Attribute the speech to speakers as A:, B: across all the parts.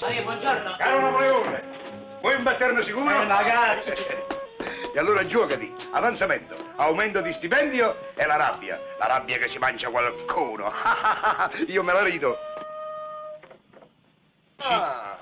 A: Maria, buongiorno.
B: Caro Napoleone, vuoi un batterno sicuro?
A: Eh, magari.
B: e allora giocati, avanzamento, aumento di stipendio e la rabbia. La rabbia che si mangia qualcuno. Io me la rido. Ah,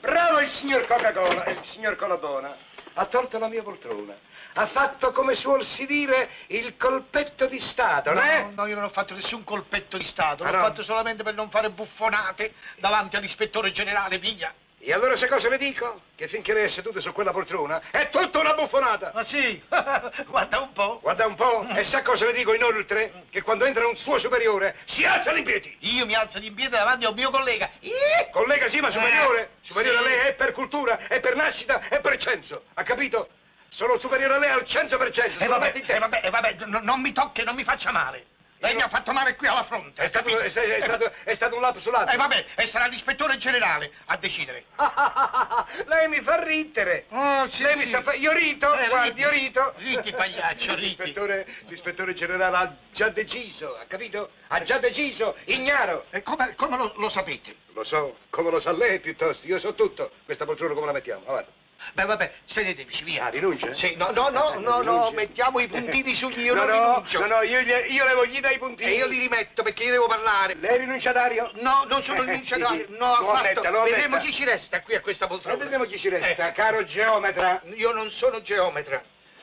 B: bravo il signor Coca-Cola, il signor Colabona. Ha tolto la mia poltrona. Ha fatto, come suol si dire, il colpetto di Stato,
C: No,
B: eh?
C: no, io non ho fatto nessun colpetto di Stato,
B: Ah,
C: l'ho
B: no?
C: fatto solamente per non fare buffonate davanti all'ispettore generale, via.
B: E allora se cosa le dico? Che finché lei è seduta su quella poltrona è tutta una buffonata.
C: Ma sì, guarda un po'.
B: Guarda un po', e sa cosa le dico inoltre? Che quando entra un suo superiore si alza in piedi.
C: Io mi alzo in piedi davanti a un mio collega. Ih!
B: Collega sì, ma superiore.
C: Eh,
B: superiore
C: sì.
B: a lei è per cultura, è per nascita, è per censo. Ha capito? Sono superiore a lei al 100%. se
C: E
B: lo metti
C: Eh, vabbè, e
B: in testa.
C: vabbè, e vabbè, no- non mi tocchi, non mi faccia male. Lei
B: Io-
C: mi ha fatto male qui alla fronte.
B: È stato,
C: capito?
B: è, sta- è stato, è stato un lapso lato.
C: E vabbè, e sarà l'ispettore generale a decidere.
B: Ah, lei mi fa ridere.
C: Oh, sì,
B: Lei mi sa fa... Io rito,
C: Eh,
B: guardi,
C: ridi.
B: io rito.
C: Ridi, pagliaccio, ridi.
B: L'ispettore, l'ispettore generale ha già deciso, ha capito? Ha già deciso, ignaro.
C: E Eh, come, come lo, lo sapete?
B: Lo so, come lo sa lei piuttosto, io so tutto. Questa poltrona come la mettiamo? Avanti.
C: Beh, vabbè, sedetevi, via.
B: Ah, rinuncia? Eh,
C: Sì, no, no, no, no, no,
B: Rinuncia.
C: mettiamo i puntini sugli io
B: no,
C: non
B: no,
C: rinuncio.
B: No, no, io, gli- io levo gli dai puntini.
C: E io li rimetto perché io devo parlare.
B: Lei è rinunciatario?
C: No, non sono
B: Eh,
C: il
B: sì,
C: vincitore,
B: sì.
C: no
B: Lo ammetta,
C: affatto.
B: lo ammetta.
C: Vedremo chi ci resta qui a questa
B: E
C: poltrona.
B: Eh, vedremo chi ci resta, caro geometra.
C: Io non sono geometra,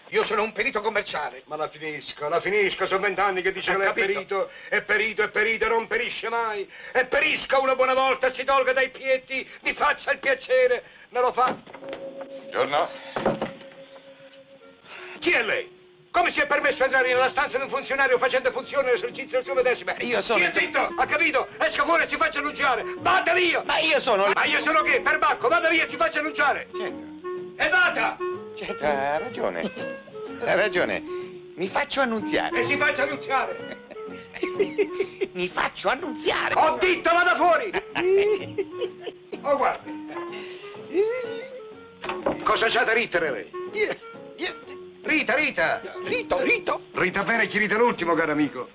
C: io sono un perito commerciale.
B: Ma la finisco, la finisco, sono vent'anni che dice
C: Ho
B: che lei è
C: capito.
B: perito, è perito, è perito, non perisce mai. E perisca una buona volta, si tolga dai piedi, mi faccia il piacere, me lo fa.
D: Buongiorno.
B: Chi è lei? Come si è permesso di entrare nella stanza di un funzionario facendo funzione l'esercizio del suo medesimo?
A: Io sono-
B: Stia zitto, ha capito? Esca fuori e si faccia annunciare. Vada via!
C: Eh,
A: Ma io sono...
B: Ma io sono che? Perbacco, vada via e si faccia annunciare.
D: Certo,
B: E vada!
D: certo, ha ragione. Ha ragione. Mi faccio annunziare.
B: E
C: Eh,
B: si faccia annunciare.
D: Mi faccio annunziare.
B: Ho detto, vada fuori! Oh, guarda. Cosa c'ha da ridere lei? Rita, Rita!
D: Rito, rito.
B: Rita bene chi rita l'ultimo, caro amico.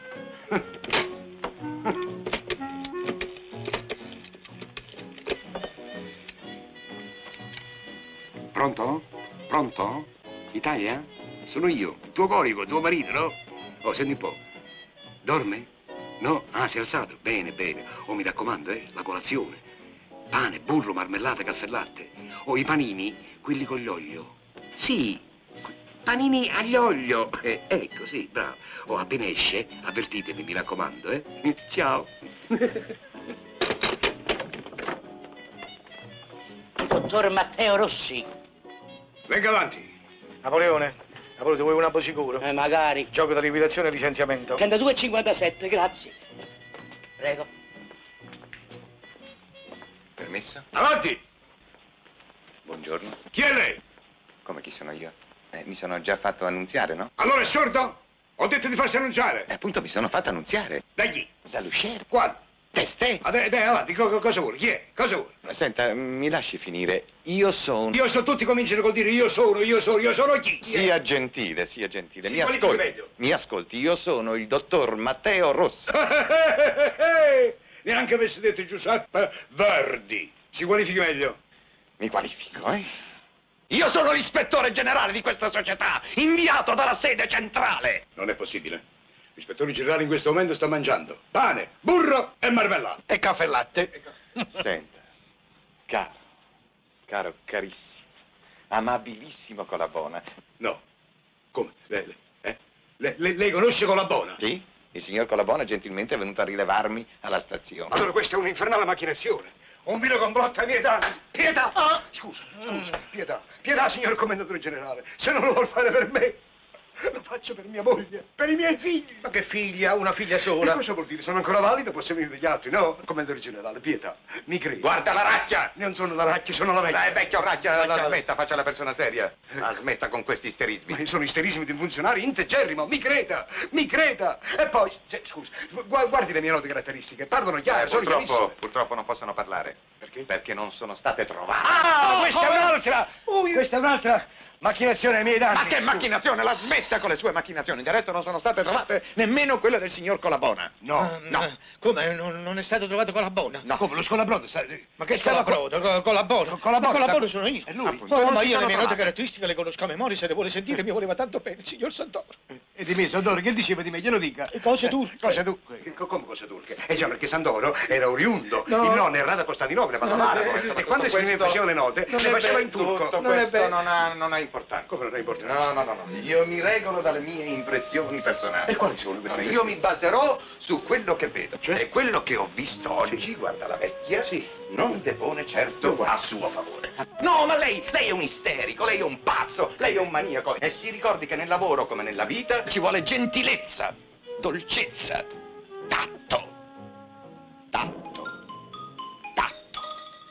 B: Pronto? Pronto? Italia? Sono io, tuo corico, tuo marito, no? Oh, senti un po'. Dorme? No? Ah, si è alzato? Bene, bene. Oh, mi raccomando, eh, la colazione. Pane, burro, marmellata, caffè e latte. Oh, i panini, quelli con l'olio. Sì, que- panini agli olio. Eh, ecco, sì, bravo. Oh, appena esce, avvertitemi, mi raccomando, eh. Ciao.
A: Dottor Matteo Rossi.
B: Venga avanti.
C: Napoleone, Napoleone, vuoi un abbo sicuro?
A: Eh, magari.
C: Gioco da liquidazione e licenziamento.
A: 32,57, grazie. Prego.
D: Permesso?
B: Avanti!
D: Buongiorno.
B: Chi è lei?
D: Come chi sono io? Eh, mi sono già fatto annunziare, no?
B: Allora è sordo? Ho detto di farsi annunciare.
D: E appunto mi sono fatto annunziare.
B: Dagli.
D: Dall'usciere.
B: Quando?
D: Testè.
B: Adè, adè, eh, avanti, co- co- cosa vuole? Chi è? Cosa vuole?
D: Senta, mi lasci finire. Io sono...
B: Io so, tutti cominciano col dire io sono, io sono, io sono chi? Chi è?
D: Sia gentile, sia gentile.
B: Sì,
D: mi
B: quali sono meglio?
D: ascolti. Mi ascolti, io sono il dottor Matteo Rossi.
B: Neanche avessi detto Giuseppe Verdi. Si qualifichi meglio.
D: Mi qualifico, eh? Io sono l'ispettore generale di questa società, inviato dalla sede centrale.
B: Non è possibile. L'ispettore generale in questo momento sta mangiando pane, burro e marmellata.
C: E caffè e latte.
D: Senta, caro, caro, carissimo, amabilissimo Colabona.
B: No. Come? Le- le- eh? Le- le- lei conosce con la buona?
D: Sì? Il signor Colabona gentilmente è venuto a rilevarmi alla stazione.
B: Allora questa è un'infernale macchinazione. Un vile complotto ai miei danni. Pietà!
C: Ah.
B: Scusa, scusa, pietà. Pietà, signor commendatore generale. Se non lo vuol fare per me, lo faccio per mia moglie, per i miei figli.
C: Ma che figlia, una figlia
B: Ma
C: sola.
B: cosa vuol dire? Sono ancora valido, posso venire degli altri, no? Commendatore generale, pietà, mi credi.
D: Guarda la racchia!
B: Non sono la racchia, sono la vecchia.
D: Dai, vecchio racchia, la
C: Racchia.
D: smetta, faccia la persona seria. La smetta con questi
B: Ma
D: isterismi.
B: io sono isterismi di un funzionario integerrimo, mi creda, mi creda. E poi, se- scusa, gu- guardi le mie note caratteristiche, parlano chiaro,
D: Eh,
B: sono
D: purtroppo,
B: chiarissime.
D: purtroppo non possono parlare.
B: Perché?
D: Perché non sono state trovate.
B: Ah,
C: Oh,
B: questa è
C: povero-
B: un'altra!
C: Oh, io-
B: Questa è un'altra!
E: Macchinazione ai miei danni.
D: Ma che macchinazione, la smetta con le sue macchinazioni. Del resto non sono state trovate nemmeno quelle del signor Colabona. Eh,
E: No.
D: no.
C: Come? Non, non è stato trovato con la bona?
D: No.
E: Come lo scolabrodo? sa-
C: Ma che
E: stava pro-
C: colaboro? co- Colaboro?
E: Colaboro,
C: Ma Colaboro
E: sta-
C: sono io.
E: è lui.
D: Appunto.
C: Oh,
D: Non
C: ma
D: ci
C: io le mie
D: sono trovate.
C: note caratteristiche le conosco a memoria, se le vuole sentire mi voleva tanto bene, signor Santoro.
E: E di me, Santoro, che diceva di me? Glielo dica.
C: E cose turche.
E: Cose turche.
B: Eh, Che- co- Come cosa turca? Eh già, perché Sandoro era oriundo,
E: No.
B: il nonno era da Costantinopole, ma
E: No,
B: Marco,
E: no,
B: eh,
E: no,
B: e quando si
D: questo-
B: faceva le note, Eh, le faceva in turco.
D: Tutto
E: Non è
D: questo
E: vero.
D: non ha, non ha importanza.
B: Come non è importante?
D: No, no, no, no. Io mi regolo dalle mie impressioni personali.
B: E quali sono queste
D: Allora, Io
B: impressioni?
D: mi baserò su quello che vedo.
B: Cioè?
D: E quello che ho visto oggi, guarda la vecchia,
B: Sì. Ah.
D: non depone certo
B: Guarda.
D: a suo favore. No, ma lei, lei è un isterico, lei è un pazzo, lei è un maniaco. E si ricordi che nel lavoro come nella vita ci vuole gentilezza, dolcezza, tatto. Tatto.